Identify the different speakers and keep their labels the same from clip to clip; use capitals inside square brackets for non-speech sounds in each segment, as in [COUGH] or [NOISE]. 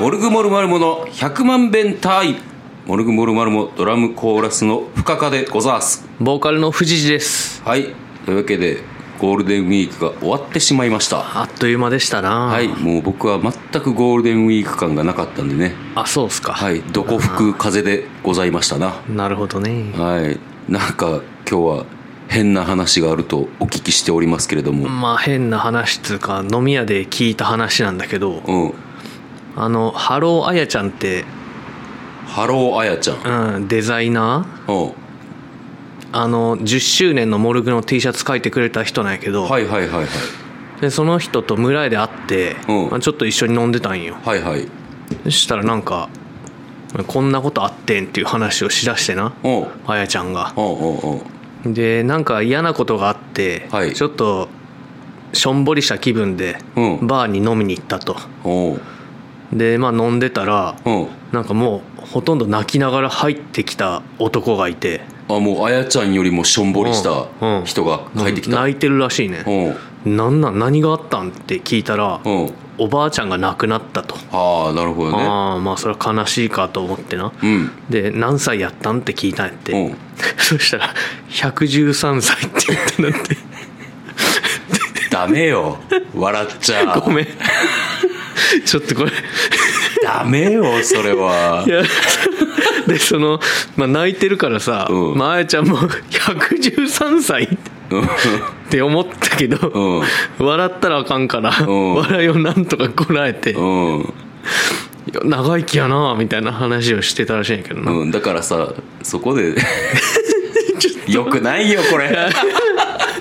Speaker 1: モルグモルマルモの百万弁隊モルグモルマルモドラムコーラスの深カでござーす
Speaker 2: ボーカルの藤次です
Speaker 1: はいというわけでゴールデンウィークが終わってしまいました
Speaker 2: あっという間でしたな
Speaker 1: はいもう僕は全くゴールデンウィーク感がなかったんでね
Speaker 2: あそうっすか
Speaker 1: はいどこ吹く風でございましたな
Speaker 2: なるほどね
Speaker 1: はいなんか今日は変な話があるとお聞きしておりますけれども
Speaker 2: まあ変な話っつうか飲み屋で聞いた話なんだけど
Speaker 1: うん
Speaker 2: あのハローあやちゃんって、
Speaker 1: ハローあやちゃん
Speaker 2: うん、デザイナ
Speaker 1: うん
Speaker 2: ーあの10周年のモルグの T シャツ描いてくれた人なんやけど、
Speaker 1: はいはいはいはい
Speaker 2: でその人と村屋で会って、
Speaker 1: うん
Speaker 2: まあ、ちょっと一緒に飲んでたんよ
Speaker 1: はいはい
Speaker 2: そしたらなんかこんなことあってんっていう話をしだしてな
Speaker 1: うん
Speaker 2: あやちゃんが
Speaker 1: うんうんうん
Speaker 2: でなんか嫌なことがあって、
Speaker 1: はい
Speaker 2: ちょっとしょんぼりした気分で
Speaker 1: うん
Speaker 2: バーに飲みに行ったと、
Speaker 1: うん
Speaker 2: でまあ飲んでたら
Speaker 1: うん
Speaker 2: なんかもうほとんど泣きながら入ってきた男がいて
Speaker 1: あもうあやちゃんよりもしょんぼりした
Speaker 2: うんうん
Speaker 1: 人が帰ってきた
Speaker 2: 泣いてるらしいね
Speaker 1: う、ん
Speaker 2: なんなん何があったんって聞いたら、
Speaker 1: うん
Speaker 2: おばあちゃんが亡くなったと、
Speaker 1: ああなるほどね
Speaker 2: ああまあそれは悲しいかと思ってな
Speaker 1: うん
Speaker 2: で何歳やったんって聞いたんやって、
Speaker 1: うん
Speaker 2: [LAUGHS] そしたら113歳って言ってなって
Speaker 1: [LAUGHS] ダメよ笑っちゃ
Speaker 2: ごめん [LAUGHS] ちょっとこれ
Speaker 1: [LAUGHS] ダメよそれはい [LAUGHS]
Speaker 2: や [LAUGHS] でその、まあ、泣いてるからさ、
Speaker 1: うん
Speaker 2: まああやちゃんも [LAUGHS] 113歳って思ったけど、
Speaker 1: うん
Speaker 2: 笑ったらあかんから、
Speaker 1: ん
Speaker 2: 笑いをなんとかこらえて、い
Speaker 1: うん、
Speaker 2: や長生きやなみたいな話をしてたらしいんやけど [LAUGHS] な、
Speaker 1: うん、だからさそこ [LAUGHS] でよくないよこれ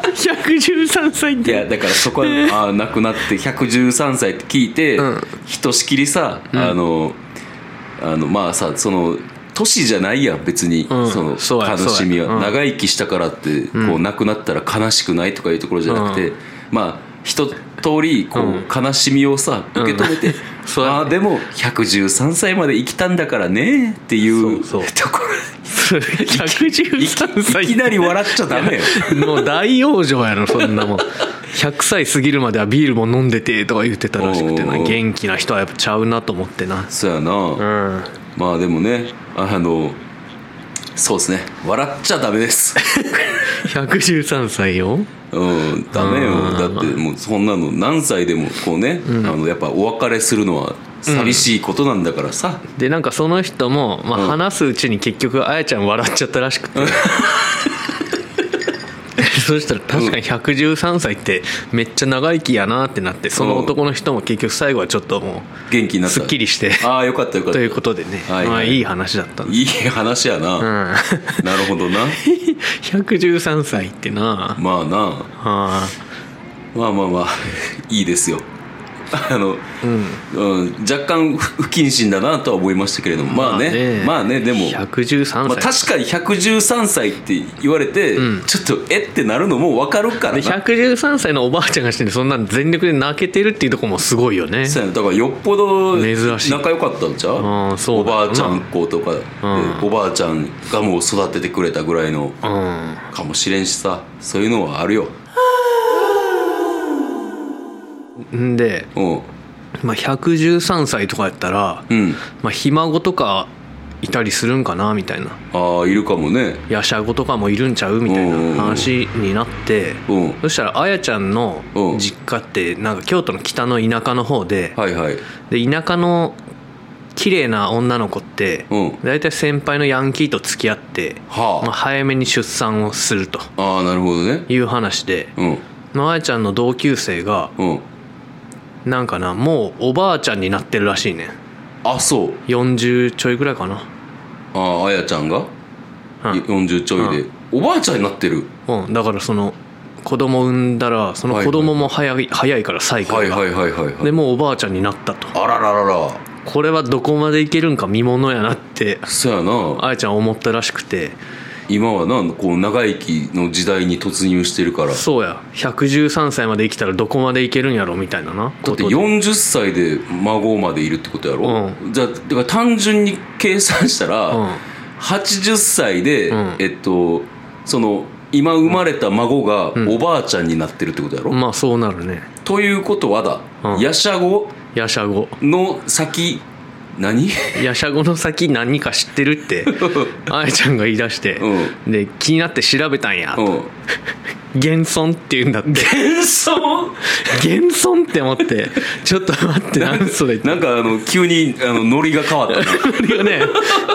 Speaker 2: 113歳っ
Speaker 1: い
Speaker 2: て [LAUGHS]
Speaker 1: やだからそこはあー亡くなって113歳って聞いて、
Speaker 2: うん
Speaker 1: ひとしきりさあの、あのまあさその年じゃないやん別に、
Speaker 2: ん
Speaker 1: その
Speaker 2: そうや
Speaker 1: 悲しみは、
Speaker 2: そうやうん
Speaker 1: 長生きしたからって、こう亡くなったら悲しくないとかいうところじゃなくて、
Speaker 2: う
Speaker 1: まあ一通りこう、悲しみをさ受け止めて、
Speaker 2: [LAUGHS] そうやね
Speaker 1: ああでも113歳まで生きたんだからねっていう
Speaker 2: そうそう
Speaker 1: ところいき
Speaker 2: 113歳
Speaker 1: いきなり笑っちゃダメよ。
Speaker 2: もう大往生やろそんなもん100歳過ぎるまではビールも飲んでてとか言ってたらしくて
Speaker 1: おうおう
Speaker 2: な
Speaker 1: おう
Speaker 2: 元気な人はやっぱちゃうなと思ってな
Speaker 1: そうやな、
Speaker 2: うん
Speaker 1: まあでもねあのそうですね笑っちゃダメです
Speaker 2: [LAUGHS] 113歳よ
Speaker 1: うんダメよだってもうそんなの何歳でもこうね、あのやっぱお別れするのは寂しいことなんだからさ、
Speaker 2: でなんかその人も、ま
Speaker 1: うん
Speaker 2: あ、話すうちに結局あやちゃん笑っちゃったらし
Speaker 1: [LAUGHS]
Speaker 2: くて、そしたら確かに113歳ってめっちゃ長生きやなってなってその男の人も結局最後はちょっとも
Speaker 1: 元気に
Speaker 2: う
Speaker 1: なった
Speaker 2: すっきりして
Speaker 1: ああよかったよかっ
Speaker 2: と
Speaker 1: た
Speaker 2: い
Speaker 1: いう
Speaker 2: ことでね、
Speaker 1: はい
Speaker 2: まあ、いい話だったんで
Speaker 1: い話やな、
Speaker 2: うん、
Speaker 1: なるほどな
Speaker 2: 113歳ってな
Speaker 1: まあな
Speaker 2: あ
Speaker 1: まあまあまあいいですよあの、うん若干不不謹慎だなとは思いましたけれどもまあねまあねでも
Speaker 2: 113歳、
Speaker 1: まあ、確かに113歳って言われて、ちょっとえってなるのも分かるから
Speaker 2: で
Speaker 1: な
Speaker 2: 113歳のおばあちゃんがしてそんなん全力で泣けてるっていうところもすごいよね
Speaker 1: そうやなだからよっぽど
Speaker 2: 珍しい
Speaker 1: 仲良かったんちゃ
Speaker 2: うんそ
Speaker 1: お
Speaker 2: うだよな
Speaker 1: ばあちゃん子とかで、おばあちゃんがもう育ててくれたぐらいの
Speaker 2: うん
Speaker 1: かもしれんしさそういうのはあるよ
Speaker 2: んで、
Speaker 1: うん
Speaker 2: まあ、113歳とかやったら、
Speaker 1: うん
Speaker 2: まあ、ひ孫とかいたりするんかなみたいな
Speaker 1: ああいるかもね
Speaker 2: やしゃごとかもいるんちゃうみたい
Speaker 1: うんうんうん
Speaker 2: な話になって、
Speaker 1: うん
Speaker 2: そしたらあやちゃんの
Speaker 1: うん
Speaker 2: 実家ってなんか京都の北の田舎の方で,、
Speaker 1: はいはい
Speaker 2: で田舎の綺麗な女の子って
Speaker 1: うん
Speaker 2: 大体先輩のヤンキーと付き合って、
Speaker 1: はあ、
Speaker 2: まあ、早めに出産をすると
Speaker 1: ああなるほどね
Speaker 2: いう話で、
Speaker 1: うん
Speaker 2: まああやちゃんの同級生が
Speaker 1: うん
Speaker 2: なんかなもうおばあちゃんになってるらしいね
Speaker 1: あそう
Speaker 2: 40ちょいぐらいかな
Speaker 1: あああやちゃんが、
Speaker 2: うん
Speaker 1: 40ちょいで、おばあちゃんになってる
Speaker 2: うん、だからその子供産んだらその子供も早い,、早いからサイク
Speaker 1: は
Speaker 2: ル
Speaker 1: い
Speaker 2: が、
Speaker 1: はいはいはい、はい、
Speaker 2: でもうおばあちゃんになったと
Speaker 1: あらららら
Speaker 2: これはどこまでいけるんか見ものやなって
Speaker 1: そやな
Speaker 2: あやちゃん思ったらしくて
Speaker 1: 今はなこう長生きの時代に突入してるからだ
Speaker 2: そうや113歳まで生きたらどこまでいけるんやろみたいななだ
Speaker 1: って40歳で孫までいるってことやろ、
Speaker 2: う
Speaker 1: じゃあだから単純に計算したら、
Speaker 2: うん
Speaker 1: 80歳で、
Speaker 2: うん
Speaker 1: えっとその今生まれた孫がおばあちゃんになってるってことやろ、
Speaker 2: まあそうなるね
Speaker 1: ということはだ、
Speaker 2: うん
Speaker 1: ヤシャゴ
Speaker 2: ヤシャゴ
Speaker 1: の先
Speaker 2: [LAUGHS]
Speaker 1: 何
Speaker 2: ヤシャゴの先何か知ってるって
Speaker 1: [LAUGHS]
Speaker 2: あやちゃんが言い出して、
Speaker 1: う
Speaker 2: で気になって調べたんや、
Speaker 1: うん
Speaker 2: 現存って言うんだって
Speaker 1: 変装
Speaker 2: 現存って思ってちょっと待って何それって
Speaker 1: なんかあの急にあのノリが変わったな
Speaker 2: いやね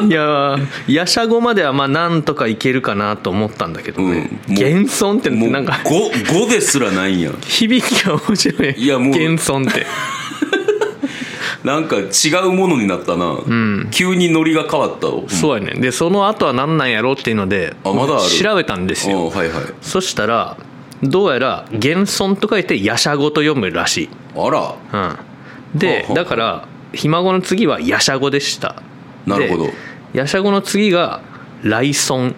Speaker 2: いやヤシャゴまではまあなんとかいけるかなと思ったんだけどね、
Speaker 1: うんもう
Speaker 2: 現存って
Speaker 1: もう
Speaker 2: [LAUGHS] なんか
Speaker 1: 5, 5ですらないんや
Speaker 2: 響きが面白い
Speaker 1: いやもう
Speaker 2: 現存って
Speaker 1: なんか違うものになったな、急にノリが変わったわ
Speaker 2: そうやねでその後は何なんやろうっていうので
Speaker 1: あまだある
Speaker 2: 調べたんですよ
Speaker 1: うんはいはい
Speaker 2: そしたらどうやら「現存」と書いて「ヤシャゴ」と読むらしい、
Speaker 1: あら
Speaker 2: うん、
Speaker 1: はあ
Speaker 2: で
Speaker 1: はあ
Speaker 2: だから「ひ孫」の次は「ヤシャゴ」でした
Speaker 1: なるほど
Speaker 2: でヤシャゴの次が「来孫」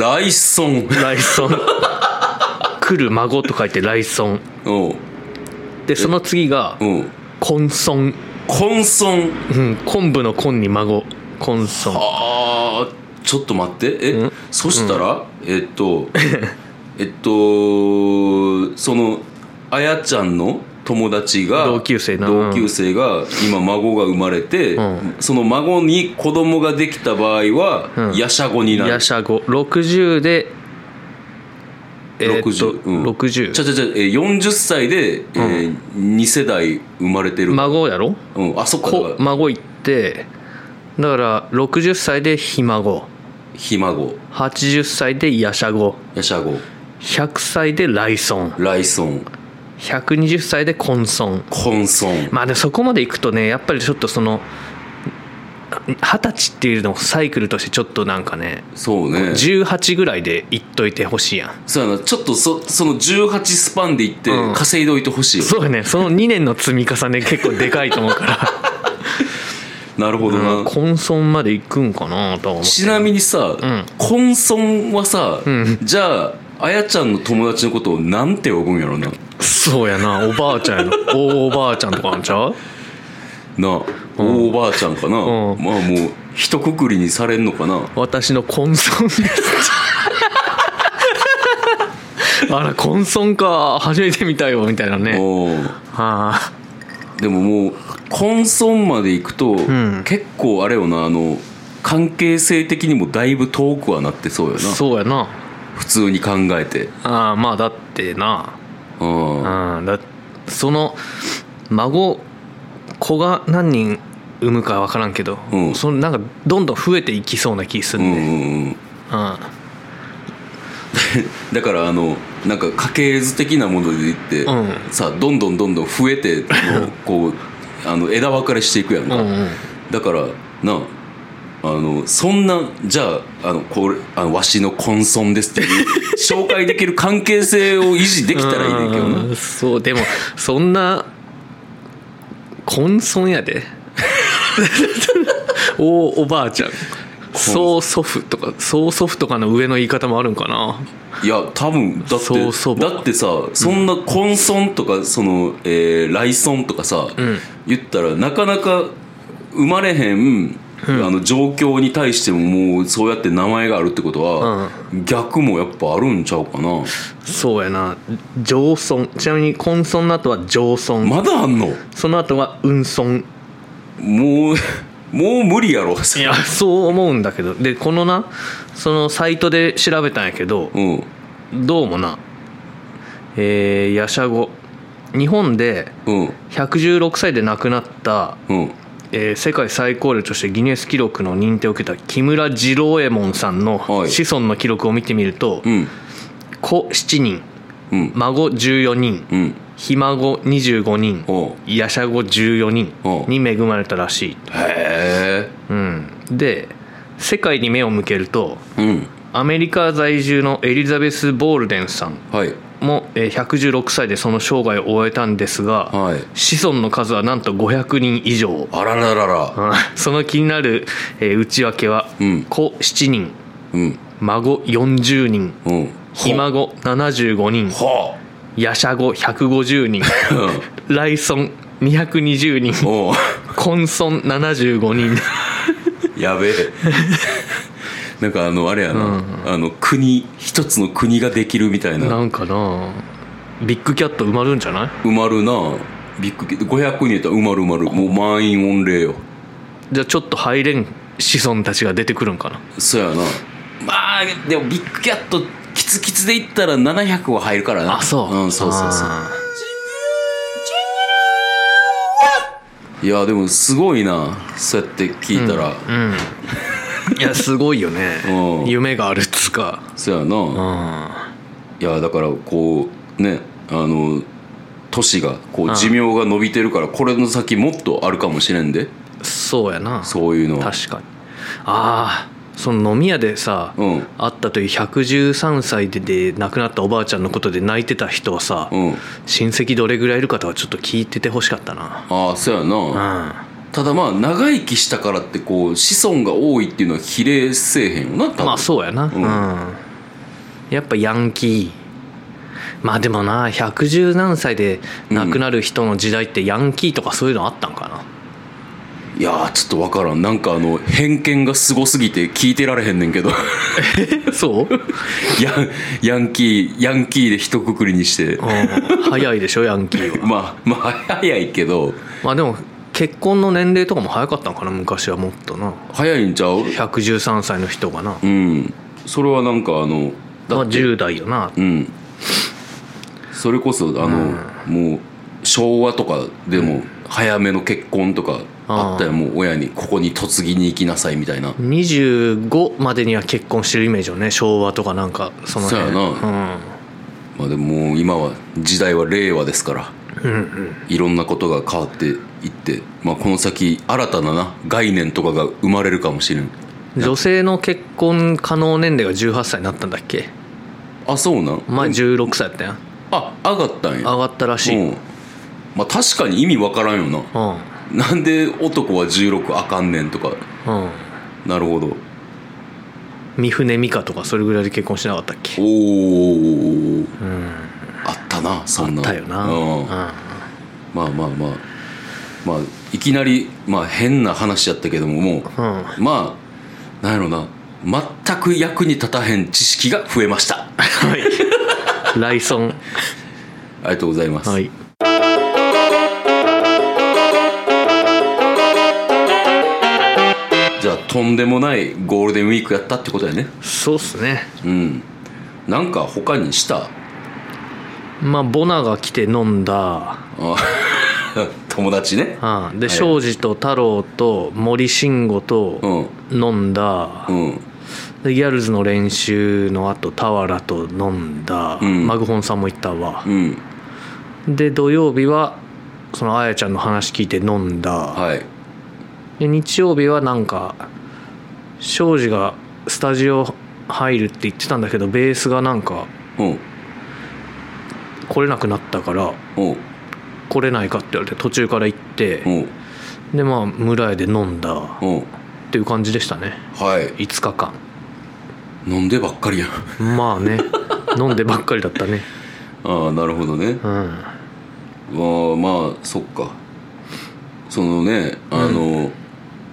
Speaker 1: ライソン [LAUGHS]
Speaker 2: 「来孫」来る孫と書いて「来孫
Speaker 1: うん」
Speaker 2: でその次が
Speaker 1: うん
Speaker 2: 「根孫
Speaker 1: 根孫」
Speaker 2: うん昆布の根に孫根孫
Speaker 1: あーちょっと待ってえ、
Speaker 2: うん
Speaker 1: そしたら、えっ
Speaker 2: [LAUGHS]
Speaker 1: とえっとそのあやちゃんの友達が
Speaker 2: 同級生な
Speaker 1: 同級生が今孫が生まれて、
Speaker 2: うん
Speaker 1: その孫に子供ができた場合は、
Speaker 2: うん
Speaker 1: ヤシャゴになる
Speaker 2: ヤシャゴ60でえーっと
Speaker 1: 60うん
Speaker 2: 60
Speaker 1: ちゃちゃちゃえー40歳で、え2世代生まれてる、
Speaker 2: 孫やろ
Speaker 1: うん、あそっかだ
Speaker 2: こ
Speaker 1: から
Speaker 2: 孫行ってだから60歳でひ孫
Speaker 1: ひ孫
Speaker 2: 80歳でヤシャゴ
Speaker 1: ヤシャゴ
Speaker 2: 100歳でライソン
Speaker 1: ライソン
Speaker 2: 120歳でコンソン
Speaker 1: コンソン、
Speaker 2: まあでそこまで行くとねやっぱりちょっとその二十歳っていうのをサイクルとしてちょっとなんかね
Speaker 1: そうね
Speaker 2: 18ぐらいで行っといてほしいやん
Speaker 1: そうやなちょっとそその18スパンでいって
Speaker 2: うん
Speaker 1: 稼いでおいてほしいよ、
Speaker 2: そうよねその2年の積み重ね結構でかいと思うか
Speaker 1: なるほどな、
Speaker 2: らコンソンまで行くんかなとは思う
Speaker 1: ちなみにさ、
Speaker 2: ん
Speaker 1: コンソンはさ、じゃああやちゃんの友達のことをなんて呼ぶんやろな
Speaker 2: そうやなおばあちゃんやろおおばあちゃんとかなんちゃう
Speaker 1: なあ、おばあちゃんかな、
Speaker 2: うん
Speaker 1: まあもう一括りにされんのかな
Speaker 2: 私のコンソンです [LAUGHS] あらコンソンか初めて見たよみたいなね
Speaker 1: おー
Speaker 2: はあ
Speaker 1: でももうコンソンまで行くと、
Speaker 2: ん
Speaker 1: 結構あれよなあの関係性的にもだいぶ遠くはなってそうよな
Speaker 2: そうやな
Speaker 1: 普通に考えて
Speaker 2: ああまあだってな
Speaker 1: うん
Speaker 2: うんだその孫子が何人産むか分からんけど、
Speaker 1: うん
Speaker 2: そのなんかどんどん増えていきそうな気す
Speaker 1: う
Speaker 2: る
Speaker 1: ん
Speaker 2: ん
Speaker 1: う
Speaker 2: で、う
Speaker 1: ん
Speaker 2: ん
Speaker 1: うんだからあのなんか家系図的なもので言って、
Speaker 2: うん
Speaker 1: さどんどんどんどん増えてこうあの枝分かれしていくやん
Speaker 2: う
Speaker 1: か、
Speaker 2: んうん
Speaker 1: だからなあのそんなじゃああのこれあのわしの根孫ですって
Speaker 2: [LAUGHS]
Speaker 1: いう紹介できる関係性を維持できたらいいねんけどな
Speaker 2: うんそうでもそんな根孫
Speaker 1: [LAUGHS]
Speaker 2: やでおおばあちゃん曽祖父とか曽祖父とかの上の言い方もあるんかない
Speaker 1: や多分だっ
Speaker 2: そうそう
Speaker 1: てだってさそんな根孫とかその、えー、来孫とかさ、
Speaker 2: ん
Speaker 1: 言ったらなかなか生まれへん、あの状況に対してももうそうやって名前があるってことは、逆もやっぱあるんちゃうかな
Speaker 2: そうやな上孫ちなみに根孫の後は上孫、
Speaker 1: まだあんの
Speaker 2: その後は運孫
Speaker 1: もう [LAUGHS] もう無理やろ
Speaker 2: いやそう思うんだけどでこのなそのサイトで調べたんやけど、
Speaker 1: [LAUGHS] うん
Speaker 2: どうもなえー、ヤシャゴ日本で
Speaker 1: うん
Speaker 2: 116歳で亡くなった
Speaker 1: うん
Speaker 2: えー世界最高齢としてギネス記録の認定を受けた木村次郎右衛門さんの
Speaker 1: はい
Speaker 2: 子孫の記録を見てみると、
Speaker 1: うん
Speaker 2: 子7人
Speaker 1: うん
Speaker 2: 孫14人、
Speaker 1: うん
Speaker 2: ひ孫25人
Speaker 1: おう
Speaker 2: やしゃご14人
Speaker 1: おう
Speaker 2: に恵まれたらしい、
Speaker 1: へえ
Speaker 2: うん、で世界に目を向けると
Speaker 1: うん
Speaker 2: アメリカ在住のエリザベス・ボールデンさん
Speaker 1: はい
Speaker 2: もえー116歳でその生涯を終えたんですが、
Speaker 1: はい
Speaker 2: 子孫の数はなんと500人以上
Speaker 1: あらららら
Speaker 2: うんその気になる、えー内訳は、
Speaker 1: うん
Speaker 2: 子7人
Speaker 1: うん
Speaker 2: 孫40人
Speaker 1: うん
Speaker 2: ひ孫75人
Speaker 1: は
Speaker 2: やしゃご150人
Speaker 1: [LAUGHS] あうん
Speaker 2: 来孫220人
Speaker 1: おう [LAUGHS]
Speaker 2: 根孫75人
Speaker 1: やべえ [LAUGHS] なんかあのあれやな、
Speaker 2: うん
Speaker 1: あの国一つの国ができるみたいな
Speaker 2: なんかなビッグキャット埋まるんじゃない
Speaker 1: 埋まるなビッグキャ500人やったら埋まる埋まるもう満員御礼よ
Speaker 2: じゃあちょっと入れん子孫たちが出てくるんかな
Speaker 1: そやなまあでもビッグキャットキツキツでいったら700は入るからな
Speaker 2: あそう、
Speaker 1: ん、そうそうそう
Speaker 2: あ
Speaker 1: いやでもすごいなそうやって聞いたら、
Speaker 2: ーいやすごいよね
Speaker 1: [LAUGHS] うん
Speaker 2: 夢があるっつうか
Speaker 1: そうやな、
Speaker 2: う
Speaker 1: い
Speaker 2: ん
Speaker 1: やだからこうねあの年がこう寿命が伸びてるからこれの先もっとあるかもしれんで
Speaker 2: そうやな
Speaker 1: そういうのは
Speaker 2: 確かにああその飲み屋でさ、
Speaker 1: うん
Speaker 2: 会ったという113歳でで亡くなったおばあちゃんのことで泣いてた人はさ、
Speaker 1: うん
Speaker 2: 親戚どれぐらいいるかとはちょっと聞いててほしかったな
Speaker 1: ああそうやな、
Speaker 2: う
Speaker 1: ただまあ長生きしたからってこう子孫が多いっていうのは比例せえへんよな多分
Speaker 2: んまあそうやな
Speaker 1: う
Speaker 2: うんん、やっぱヤンキーまあでもな110何歳で亡くなる人の時代ってヤンキーとかそういうのあったんか
Speaker 1: [LAUGHS]
Speaker 2: な、
Speaker 1: いやーちょっとわからんなんかあの偏見がすごすぎて聞いてられへんねんけど [LAUGHS]
Speaker 2: そう、
Speaker 1: ヤンヤンキーヤンキーで一括りにして
Speaker 2: うん、早いでしょヤンキーは
Speaker 1: まあまあ早いけど
Speaker 2: まあでも結婚の年齢とかも早かったんかな昔はもっとな
Speaker 1: 早いんちゃう
Speaker 2: 113歳の人がな、
Speaker 1: うんそれはなんかあの
Speaker 2: ま
Speaker 1: だ
Speaker 2: あ、10代よな
Speaker 1: うんそれこそあの、もう昭和とかでも早めの結婚とかあったよもう親にここに嫁ぎに行きなさいみたいな
Speaker 2: 25までには結婚してるイメージよね昭和とかなんかその辺
Speaker 1: そうや
Speaker 2: な
Speaker 1: まあでももう今は時代は令和ですから
Speaker 2: うん、うんうん、
Speaker 1: いろんなことが変わっていって、まあ、この先新たなな概念とかが生まれるかもしれん
Speaker 2: 女性の結婚可能年齢が18歳になったんだっけ
Speaker 1: あそうなん
Speaker 2: 前16歳やったやん
Speaker 1: あ上がったんや
Speaker 2: 上がったらしい、う
Speaker 1: うんんまあ確かに意味わからんよな
Speaker 2: うん
Speaker 1: なんで男は16あかんねんとかなるほど
Speaker 2: 三船美佳とかそれぐらいで結婚しなかったっけ
Speaker 1: おお
Speaker 2: うん
Speaker 1: あったなそんな
Speaker 2: だよな
Speaker 1: うんまあまあまあまあいきなり、まあ、変な話やったけどももう
Speaker 2: うん、うん、
Speaker 1: まあなんやろな全く役に立たへん知識が増えましたあ
Speaker 2: はいライ
Speaker 1: [LAUGHS]
Speaker 2: ソン
Speaker 1: りがとうございます、
Speaker 2: はい
Speaker 1: じゃあとんでもないゴールデンウィークやったってことやね
Speaker 2: そうっすね
Speaker 1: うんなんか他にした
Speaker 2: まあボナが来て飲んだ
Speaker 1: あ [LAUGHS] 友達ね
Speaker 2: うん、で庄司と太郎と森慎吾と
Speaker 1: うん
Speaker 2: 飲んだ、
Speaker 1: うん
Speaker 2: でギャルズの練習のあと俵と飲んだ、
Speaker 1: うん
Speaker 2: マグホンさんも行ったわ
Speaker 1: う、ん
Speaker 2: で土曜日はそのあやちゃんの話聞いて飲んだ、
Speaker 1: はい
Speaker 2: で日曜日はなんか庄司がスタジオ入るって言ってたんだけどベースがなんか
Speaker 1: うん
Speaker 2: 来れなくなったから
Speaker 1: うん
Speaker 2: 来れないかって言われて途中から行って
Speaker 1: う、ん
Speaker 2: でまあ村屋で飲んだっ
Speaker 1: うん
Speaker 2: ていう感じでしたね
Speaker 1: はい
Speaker 2: 5日間
Speaker 1: 飲んでばっかりやん
Speaker 2: まあ
Speaker 1: [LAUGHS]
Speaker 2: ね飲んでばっかりだったね
Speaker 1: ああなるほどね
Speaker 2: うん
Speaker 1: まあまあそっかそのねあの、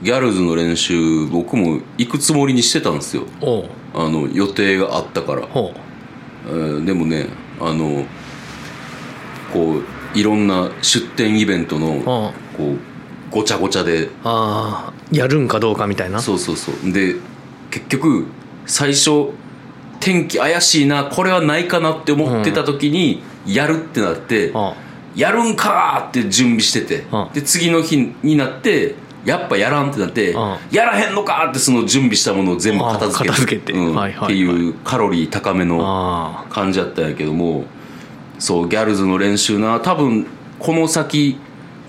Speaker 1: ギャルズの練習僕も行くつもりにしてたんですよ
Speaker 2: おう
Speaker 1: あの予定があったから、
Speaker 2: ほ
Speaker 1: えーでもねあのこういろんな出店イベント
Speaker 2: うう
Speaker 1: の
Speaker 2: ん
Speaker 1: こうごちゃごちゃで
Speaker 2: ああやるんかどうかみたいな
Speaker 1: そうそうそうで結局最初天気怪しいなこれはないかなって思ってた時に、やるってなって
Speaker 2: あ
Speaker 1: やるんかーって準備してて、
Speaker 2: うん
Speaker 1: で次の日になってやっぱやらんってなって、
Speaker 2: うん
Speaker 1: やらへんのかーってその準備したものを全部片付けて
Speaker 2: あ片付けて
Speaker 1: うん
Speaker 2: はいはいはい
Speaker 1: っていうカロリー高めの
Speaker 2: あ
Speaker 1: 感じやったんやけどもそうギャルズの練習な多分この先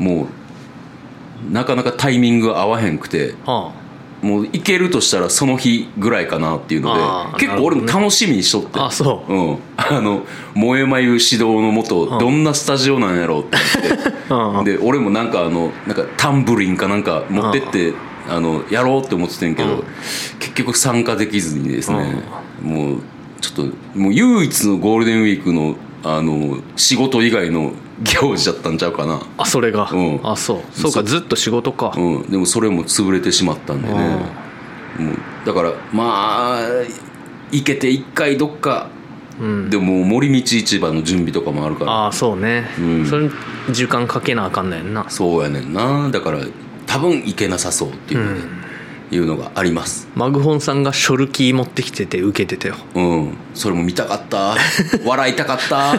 Speaker 1: もうなかなかタイミングが合わへんくて
Speaker 2: ああ
Speaker 1: もう行けるとしたらその日ぐらいかなっていうので
Speaker 2: あー
Speaker 1: 結構俺も
Speaker 2: なるほど
Speaker 1: 楽しみにしとって、
Speaker 2: ああそう
Speaker 1: ん、あの萌え眉指導のもとどんなスタジオなんやろうって
Speaker 2: うん [LAUGHS] うん
Speaker 1: で俺もなんかあのなんかタンブリンかなんか持ってってあのやろうって思ってたんやけど、
Speaker 2: うん
Speaker 1: 結局参加できずにですね、もうちょっともう唯一のゴールデンウィークのあの仕事以外の行事だったんちゃうかな、
Speaker 2: あそれが、
Speaker 1: うん
Speaker 2: あそうそうかずっと仕事か、
Speaker 1: うん、でもそれも潰れてしまったんでね
Speaker 2: うん
Speaker 1: もうだからまあ行けて一回どっか、でももう森道市場の準備とかもあるから
Speaker 2: ああそうね、
Speaker 1: ん
Speaker 2: それ時間かけなあかんのやんな
Speaker 1: そうやねんなだから多分行けなさそうっていうので、いうのがあります
Speaker 2: マグホンさんがショルキー持ってきてて受けてたよ
Speaker 1: うんそれも見たかった
Speaker 2: [LAUGHS]
Speaker 1: 笑いたかった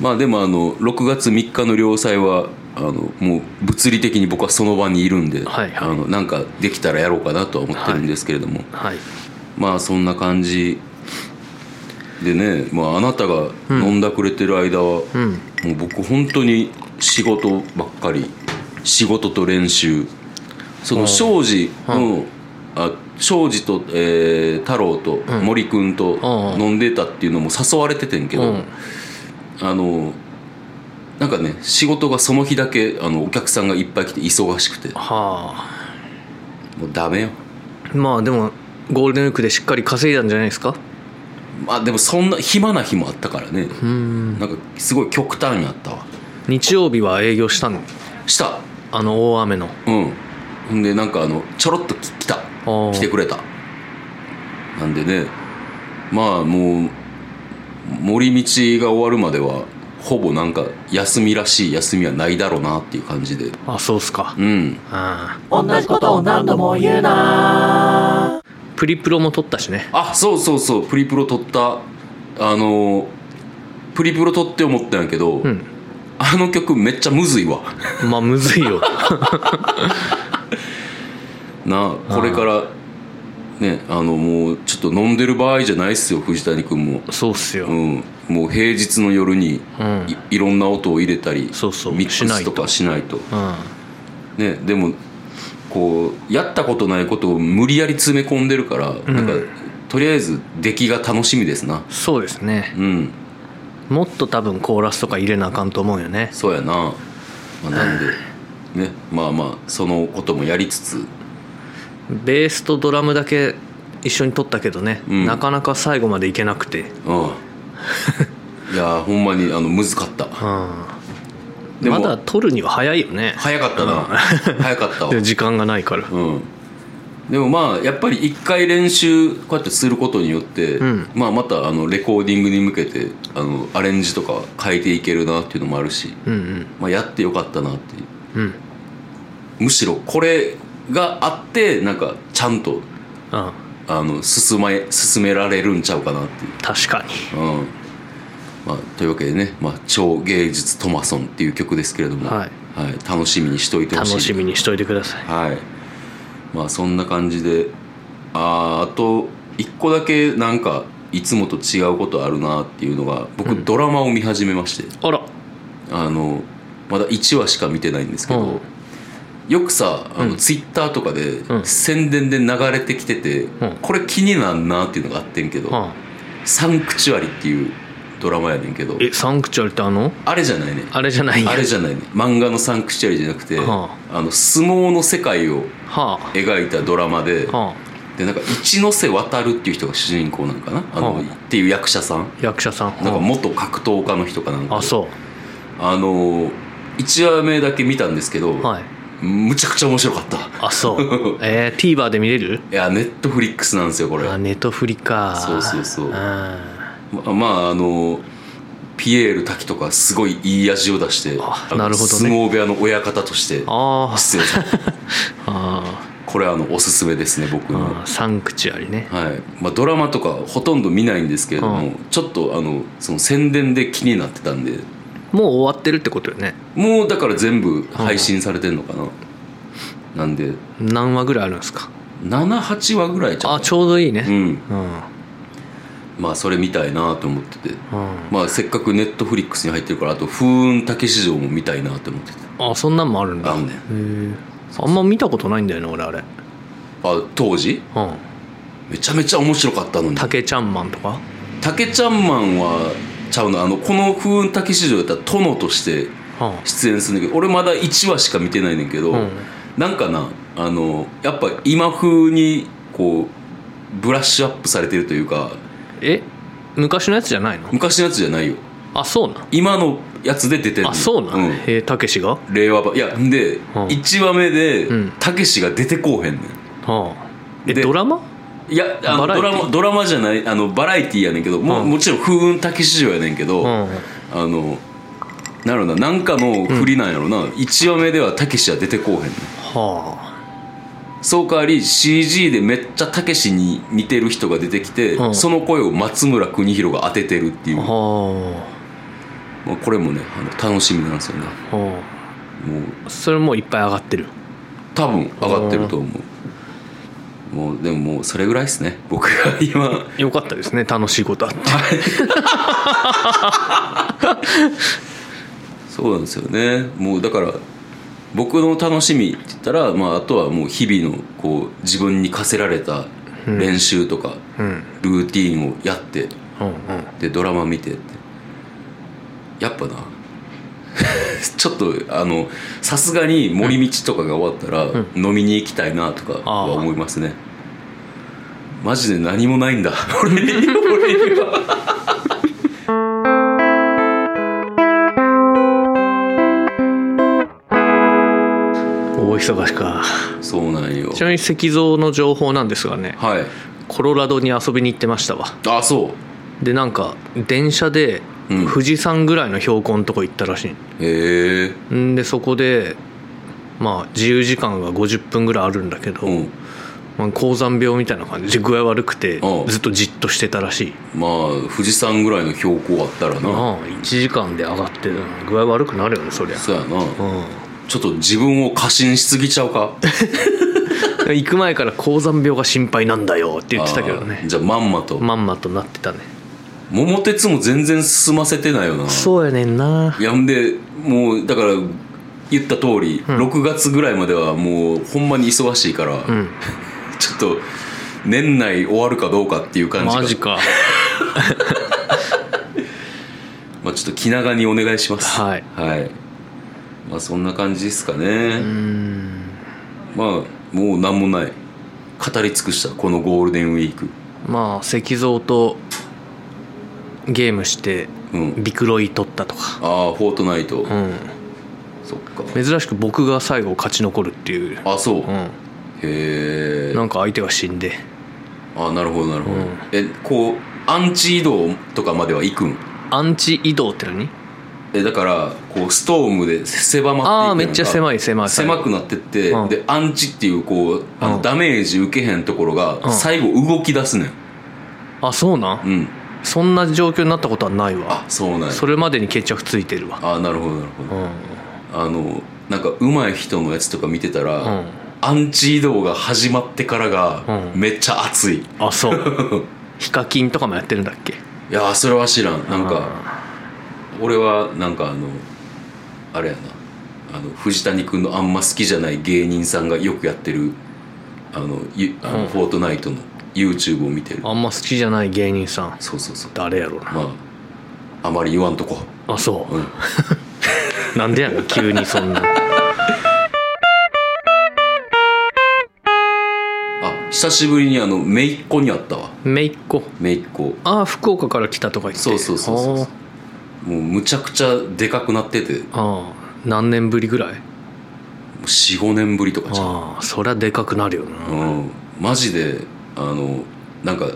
Speaker 1: まあでもあの6月3日の両祭はあのもう物理的に僕はその場にいるんで、
Speaker 2: はいはい
Speaker 1: あのなんかできたらやろうかなとは思ってるんですけれども、
Speaker 2: はい
Speaker 1: まあそんな感じでね、まあ、あなたが飲んだくれてる間は、もう僕本当に仕事ばっかり仕事と練習その庄司のあ庄司と、えー太郎と森君と
Speaker 2: うん
Speaker 1: 飲んでたっていうのも誘われててんけど、
Speaker 2: うん
Speaker 1: あのなんかね仕事がその日だけあのお客さんがいっぱい来て忙しくて
Speaker 2: は
Speaker 1: もうダメよ
Speaker 2: あまあでもゴールデンウィークでしっかり稼いだんじゃないですか
Speaker 1: まあでもそんな暇な日もあったからね
Speaker 2: うん
Speaker 1: なんかすごい極端にあったわ
Speaker 2: 日曜日は営業したの
Speaker 1: した
Speaker 2: あの大雨の
Speaker 1: うんほんでなんかあのちょろっとき来た
Speaker 2: ー
Speaker 1: 来てくれたなんでねまあもう森道が終わるまではほぼなんか休みらしい休みはないだろうなっていう感じで
Speaker 2: あそうっすか
Speaker 1: うん
Speaker 2: ああ
Speaker 3: 同じことを何度も言うな
Speaker 2: プリプロも取ったしね
Speaker 1: あそうそうそうプリプロ撮ったあのプリプロ撮って思ったんやけど、
Speaker 2: うん
Speaker 1: あの曲めっちゃむずいわ [LAUGHS]
Speaker 2: まあむずいよ
Speaker 1: なあこれからねあのもうちょっと飲んでる場合じゃないっすよ藤谷君も、
Speaker 2: そうっすよ、
Speaker 1: うん、もう平日の夜にい,、
Speaker 2: うん
Speaker 1: ろんな音を入れたり
Speaker 2: そうそう
Speaker 1: ミックスとかしないと
Speaker 2: うん
Speaker 1: ね、でもこうやったことないことを無理やり詰め込んでるから、なんかとりあえず出来が楽しみですな
Speaker 2: そうですね
Speaker 1: うん
Speaker 2: もっと多分コーラスとか入れなあかんと思うよね
Speaker 1: そうやな、まあ、なんでねまあまあそのこともやりつつ
Speaker 2: ベースとドラムだけ一緒に撮ったけどね、
Speaker 1: うん
Speaker 2: なかなか最後までいけなくてうん [LAUGHS]
Speaker 1: うんいやーほんまにあの難かったでも
Speaker 2: まだ撮るには早いよね
Speaker 1: 早かったな早かったわ
Speaker 2: [LAUGHS] で時間がないから
Speaker 1: うん、でもまあやっぱり一回練習こうやってすることによって、
Speaker 2: ん
Speaker 1: まあ、またあのレコーディングに向けてあのアレンジとか変えていけるなっていうのもあるし、
Speaker 2: うんうん
Speaker 1: まあ、やってよかったなっていう
Speaker 2: うん
Speaker 1: むしろこれがあってなんかちゃんと
Speaker 2: うん
Speaker 1: あの進まえ進められるんちゃうかなっていう。
Speaker 2: 確かに
Speaker 1: うんまあ、というわけでね「まあ、超芸術トマソン」っていう曲ですけれども、
Speaker 2: はい
Speaker 1: はい、楽しみにしといてほ
Speaker 2: 楽
Speaker 1: しいです
Speaker 2: しみにしといてください
Speaker 1: はいまあそんな感じであーあと一個だけなんかいつもと違うことあるなっていうのが僕ドラマを見始めまして、
Speaker 2: あら
Speaker 1: あのまだ1話しか見てないんですけど、
Speaker 2: うん
Speaker 1: よくさあの、
Speaker 2: うん
Speaker 1: ツイッターとかで
Speaker 2: うん
Speaker 1: 宣伝で流れてきてて、
Speaker 2: ん
Speaker 1: これ気になんなっていうのがあってんけど「
Speaker 2: あ
Speaker 1: サンクチュアリ」っていうドラマやねんけど
Speaker 2: えサンクチュアリってあの
Speaker 1: あれじゃないね
Speaker 2: あれじゃないんや
Speaker 1: あれじゃないね漫画の「サンクチュアリ」じゃなくて、
Speaker 2: は
Speaker 1: あの相撲の世界を
Speaker 2: は
Speaker 1: 描いたドラマで、
Speaker 2: あはあ
Speaker 1: でなんか一ノ瀬渡るっていう人が主人公なんかなあの、
Speaker 2: はあ
Speaker 1: っていう役者さん
Speaker 2: 役者さん
Speaker 1: なんか
Speaker 2: は
Speaker 1: 元格闘家の人かなん
Speaker 2: あ
Speaker 1: か
Speaker 2: あそう
Speaker 1: あの1話目だけ見たんですけど、
Speaker 2: はい
Speaker 1: むちゃくちゃ面白かった
Speaker 2: あそうえー、TVer で見れる
Speaker 1: いやネットフリックスなんですよこれ
Speaker 2: あネトフリか
Speaker 1: そうそうそうんままああのピエール滝とかすごいいい味を出して
Speaker 2: あ
Speaker 1: あの
Speaker 2: なるほどね
Speaker 1: 相撲部屋の親方として
Speaker 2: あー
Speaker 1: 出演
Speaker 2: [LAUGHS]
Speaker 1: された
Speaker 2: あ
Speaker 1: これあのおすすめですね僕の
Speaker 2: ーうんサンクチュアリね
Speaker 1: はいまあ、ドラマとかほとんど見ないんですけれども、
Speaker 2: うん
Speaker 1: ちょっとあのその宣伝で気になってたんで
Speaker 2: もう終わってるってことよね
Speaker 1: もうだから全部配信されてんのかな、なんで
Speaker 2: 何話ぐらいあるんですか
Speaker 1: 78話ぐらいじゃん
Speaker 2: あちょうどいいうね
Speaker 1: ん
Speaker 2: うん
Speaker 1: まあそれ見たいなと思ってて、
Speaker 2: うん
Speaker 1: まあ、せっかくネットフリックスに入ってるからあと「風雲竹市場」も見たいなと思ってて
Speaker 2: あそんなんもあるんだ
Speaker 1: あ
Speaker 2: へ
Speaker 1: んねん
Speaker 2: えあんま見たことないんだよね俺あれ
Speaker 1: あ当時
Speaker 2: うん
Speaker 1: めちゃめちゃ面白かったのに
Speaker 2: たけちゃんマンとか
Speaker 1: 竹ちゃんマンはちゃうなあのこの「風雲竹市場」やったら殿として
Speaker 2: う
Speaker 1: 出演するんだけど俺まだ1話しか見てないねんけど、
Speaker 2: うん
Speaker 1: なんかなあのやっぱ今風にこうブラッシュアップされてるというか
Speaker 2: んえ昔のやつじゃないの
Speaker 1: 昔のやつじゃないよ
Speaker 2: あそうなん
Speaker 1: 今のやつで出てんの
Speaker 2: あそうなんんえーたけしが
Speaker 1: 令和版いやで、
Speaker 2: うん
Speaker 1: 一1話目で
Speaker 2: うん
Speaker 1: たけしが出てこうへんねん
Speaker 2: はあえ
Speaker 1: で
Speaker 2: ドラマ
Speaker 1: いやあの
Speaker 2: バラエ
Speaker 1: ド
Speaker 2: ティ
Speaker 1: ラマドラマじゃないあのバラエティーやねんけども,、う
Speaker 2: うん
Speaker 1: もちろん風雲たけし城やねんけど、
Speaker 2: う
Speaker 1: あ
Speaker 2: ん
Speaker 1: のなるほどななんかの振りなんやろな、1話目ではたけしは出てこうへんねん
Speaker 2: は
Speaker 1: そう代わり CG でめっちゃたけしに似てる人が出てきて、
Speaker 2: うん
Speaker 1: その声を松村邦洋が当ててるっていう、
Speaker 2: あは
Speaker 1: まあ、これもねあの楽しみなんですよね
Speaker 2: あは
Speaker 1: もう
Speaker 2: あそれもういっぱい上がってる
Speaker 1: 多分上がってると思うもうでももうそれぐらいですね僕が今
Speaker 2: よかったですね楽しいことあって
Speaker 1: そうなんですよねもうだから僕の楽しみって言ったら、まあ、あとはもう日々のこう自分に課せられた練習とか、
Speaker 2: うん
Speaker 1: ルーティンをやって
Speaker 2: うんうん
Speaker 1: でドラマ見てってやっぱな [LAUGHS] ちょっとあのさすがに森道とかが終わったら、飲みに行きたいなとかは思いますねマジで何もないんだ [LAUGHS] 俺に俺には
Speaker 2: 大忙しか
Speaker 1: そうなんよ
Speaker 2: ちなみに石像の情報なんですがね
Speaker 1: はい
Speaker 2: コロラドに遊びに行ってましたわ
Speaker 1: あそう
Speaker 2: でなんか電車で
Speaker 1: うん
Speaker 2: 富士山ぐらいの標高のとこ行ったらし
Speaker 1: へえ
Speaker 2: いんでそこでまあ自由時間が50分ぐらいあるんだけど、
Speaker 1: うん
Speaker 2: まあ、高山病みたいな感じで具合悪くて
Speaker 1: うん
Speaker 2: ずっとじっとしてたらしい
Speaker 1: まあ富士山ぐらいの標高あったらな
Speaker 2: ああ1時間で上がってうん具合悪くなるよねそりゃ
Speaker 1: そうやな
Speaker 2: う
Speaker 1: ちょっと自分を過信しすぎちゃうか
Speaker 2: ん行く前から高山病が心配なんだよって言ってたけ
Speaker 1: あ
Speaker 2: ど
Speaker 1: ー
Speaker 2: ね
Speaker 1: じゃあまんまと
Speaker 2: まんまとなってたね
Speaker 1: 桃鉄も全然進ませてないよな
Speaker 2: そうやねんない
Speaker 1: やんでもうだから言った通り、6月ぐらいまではもうほんまに忙しいから、
Speaker 2: ん
Speaker 1: [LAUGHS] ちょっと年内終わるかどうかっていう感じが
Speaker 2: マジか
Speaker 1: まあ、ちょっと気長にお願いします
Speaker 2: はい
Speaker 1: はいまあそんな感じですかね
Speaker 2: うん
Speaker 1: まあもう何もない語り尽くしたこのゴールデンウィーク
Speaker 2: まあ石像とゲームして
Speaker 1: うん
Speaker 2: ビクロイ取ったとか、
Speaker 1: ああフォートナイト、
Speaker 2: うん、
Speaker 1: そっか
Speaker 2: 珍しく僕が最後勝ち残るっていう、
Speaker 1: あそう、
Speaker 2: う
Speaker 1: へ
Speaker 2: ん、
Speaker 1: え
Speaker 2: なんか相手が死んで
Speaker 1: あなるほどなるほど、
Speaker 2: うん
Speaker 1: えこうアンチ移動とかまでは行くん
Speaker 2: アンチ移動って何
Speaker 1: えだからこうストームで狭まっていく
Speaker 2: ああめっちゃ狭
Speaker 1: い
Speaker 2: い狭い
Speaker 1: 狭くなってって、
Speaker 2: うん
Speaker 1: でアンチっていうこうあ
Speaker 2: う
Speaker 1: の
Speaker 2: ん
Speaker 1: ダメージ受けへんところ
Speaker 2: う
Speaker 1: が
Speaker 2: ん
Speaker 1: 最後動き出すねん
Speaker 2: あそうなん、
Speaker 1: うん
Speaker 2: そんな状況になったことはないわ
Speaker 1: あそうなんや
Speaker 2: それまでに決着ついてるわ
Speaker 1: あなるほどなるほ
Speaker 2: う
Speaker 1: ど、
Speaker 2: ん
Speaker 1: あのなんか上手い人のやつとか見てたら、
Speaker 2: うん
Speaker 1: アンチ移動が始まってからが
Speaker 2: うん
Speaker 1: めっちゃ熱い、い
Speaker 2: あそうヒカキンとかもやってるんだっけ
Speaker 1: やーそれは知らんなんか俺はなんかあのあれやなあの藤谷君のあんま好きじゃない芸人さんがよくやってるあのゆあの
Speaker 2: うん
Speaker 1: フォートナイトの YouTube を見てる
Speaker 2: あんま好きじゃない芸人さん
Speaker 1: そうそうそう
Speaker 2: 誰やろうな
Speaker 1: まああまり言わんとこ
Speaker 2: あそうう、
Speaker 1: ん
Speaker 2: [LAUGHS] なんでやねん急にそんな
Speaker 1: あ久しぶりにあの姪っ子に会ったわ
Speaker 2: めいっ子
Speaker 1: 姪っ子
Speaker 2: ああ福岡から来たとか言って
Speaker 1: そうそうそうそうもうむちゃくちゃでかくなってて
Speaker 2: あーあー何年ぶりぐらい
Speaker 1: 45年ぶりとかじゃん
Speaker 2: ああそりゃでかくなるよな
Speaker 1: うんマジであのなんか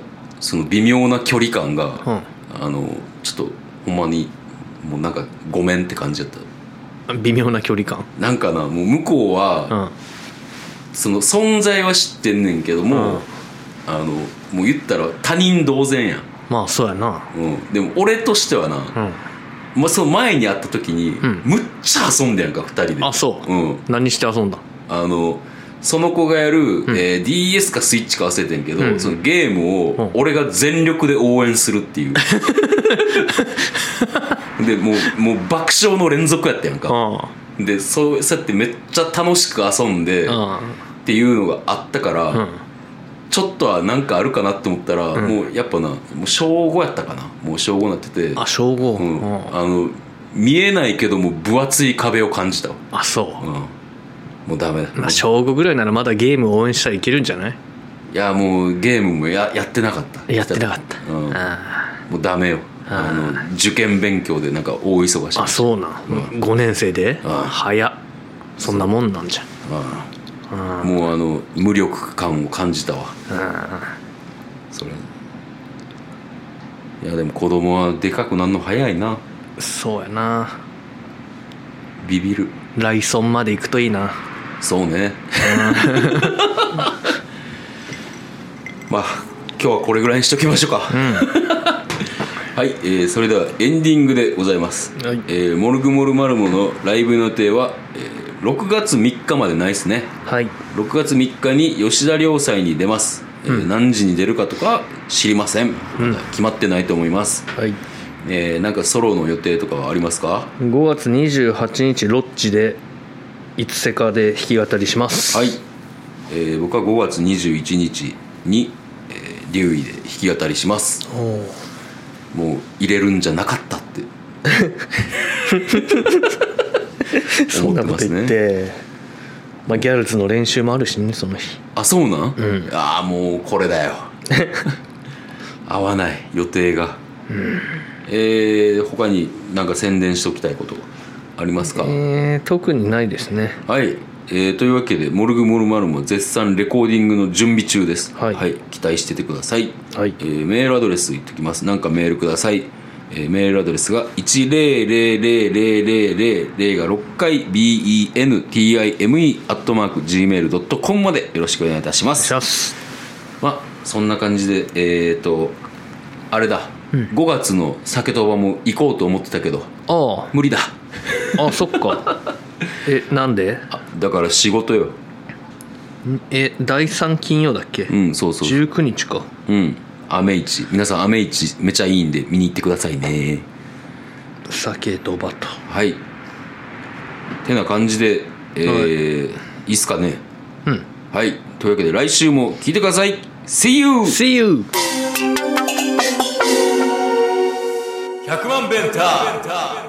Speaker 1: その微妙な距離感が、あのちょっとほんまにもうなんかごめんって感じだった
Speaker 2: うん微妙な距離感
Speaker 1: なんかなもう向こうは、
Speaker 2: うん
Speaker 1: その存在は知ってんねんけども、
Speaker 2: うん
Speaker 1: あのもう言ったら他人同然やん、
Speaker 2: まあそうやな
Speaker 1: うん、でも俺としてはな、
Speaker 2: うん
Speaker 1: まあ、その前に会った時に、
Speaker 2: ん
Speaker 1: むっちゃ遊んでやんか二人で
Speaker 2: あそう、
Speaker 1: うん、
Speaker 2: 何して遊んだ
Speaker 1: あのその子がやる、えー DS かスイッチか忘れてんけど、
Speaker 2: うん
Speaker 1: そのゲーム
Speaker 2: う
Speaker 1: を
Speaker 2: ん
Speaker 1: 俺が全力で応援するっていう
Speaker 2: [LAUGHS]
Speaker 1: でもうもう爆笑の連続やったやんか
Speaker 2: あ
Speaker 1: でそうそうやってめっちゃ楽しく遊んでっ
Speaker 2: あ
Speaker 1: ていうのがあったから、
Speaker 2: うんうん
Speaker 1: ちょっとはなんかあるかなって思ったら、
Speaker 2: ん
Speaker 1: もうやっぱなもう小5やったかなもう小5になってて
Speaker 2: あ小5、
Speaker 1: う
Speaker 2: うんん
Speaker 1: あの見えないけども分厚い壁を感じたわ、
Speaker 2: あそう
Speaker 1: うん、もうダメだ、
Speaker 2: まあ、小5ぐらいならまだゲームを応援したらいけるんじゃない
Speaker 1: いやもうゲームもややってなかった
Speaker 2: やってなかった、
Speaker 1: うん
Speaker 2: ああ
Speaker 1: もうダメよ
Speaker 2: あ
Speaker 1: あの受験勉強でなんか大忙しい
Speaker 2: あそうなん、5年生で
Speaker 1: ああ
Speaker 2: 早っそんなもんなんじゃん
Speaker 1: ああ
Speaker 2: あ
Speaker 1: もうあの無力感を感じたわ
Speaker 2: あ
Speaker 1: それいやでも子供はでかくなるの早いな
Speaker 2: そうやな
Speaker 1: ビビる
Speaker 2: 来村まで行くといいな
Speaker 1: そうね [LAUGHS] まあ今日はこれぐらいにしときましょうか、 [LAUGHS] はい、えーそれではエンディングでございます、
Speaker 2: はい
Speaker 1: えーモルグモルマルモのライブの予定は、えー6月3日までないですね
Speaker 2: はい
Speaker 1: 6月3日に吉田良斎に出ます、えー何時に出るかとかは知りません、まだ決まってないと思います、
Speaker 2: はい
Speaker 1: えーなんかソロの予定とかはありますか
Speaker 2: 5月28日ロッチでいつせかで弾き語りします
Speaker 1: はい、えー僕は5月21日に、えー、リュウイで弾き語りします
Speaker 2: おう
Speaker 1: もう入れるんじゃなかったって
Speaker 2: [LAUGHS] そ
Speaker 1: 思
Speaker 2: ん
Speaker 1: って
Speaker 2: なこ
Speaker 1: ま
Speaker 2: と
Speaker 1: す
Speaker 2: 言っ
Speaker 1: ね
Speaker 2: て、まあ、ギャルズの練習もあるしねその日
Speaker 1: あそうなん、ああもうこれ
Speaker 2: [LAUGHS]
Speaker 1: だよ合わない予定が、えー他になんか宣伝しておきたいことありますか、
Speaker 2: えー、特にないですね
Speaker 1: はい、えーというわけで「モルグモルマルも絶賛レコーディングの準備中です、
Speaker 2: はい
Speaker 1: 期待しててください、
Speaker 2: はい
Speaker 1: えーメールアドレス言っときますなんかメールください、えーメールアドレスが1000000が6回 bentime.gmail.com までよろしくお願いいたしま
Speaker 2: お願い
Speaker 1: す
Speaker 2: します
Speaker 1: まあそんな感じでえっ、とあれだ、5月の酒とばも行こうと思ってたけど
Speaker 2: あ
Speaker 1: 無理だ
Speaker 2: ああそっ
Speaker 1: [LAUGHS]
Speaker 2: かえなんで
Speaker 1: あだから仕事よ
Speaker 2: え第3金曜だっけ、
Speaker 1: うんそうそう
Speaker 2: 19日か
Speaker 1: うん。アメイチ。皆さんアメイチめちゃいいんで見に行ってくださいね。
Speaker 2: 酒とバタ
Speaker 1: はい。てな感じで、えーい、いっすかね。
Speaker 2: うん
Speaker 1: はい。というわけで来週も聞いてください。See you!
Speaker 2: See you!
Speaker 1: 100万ベンター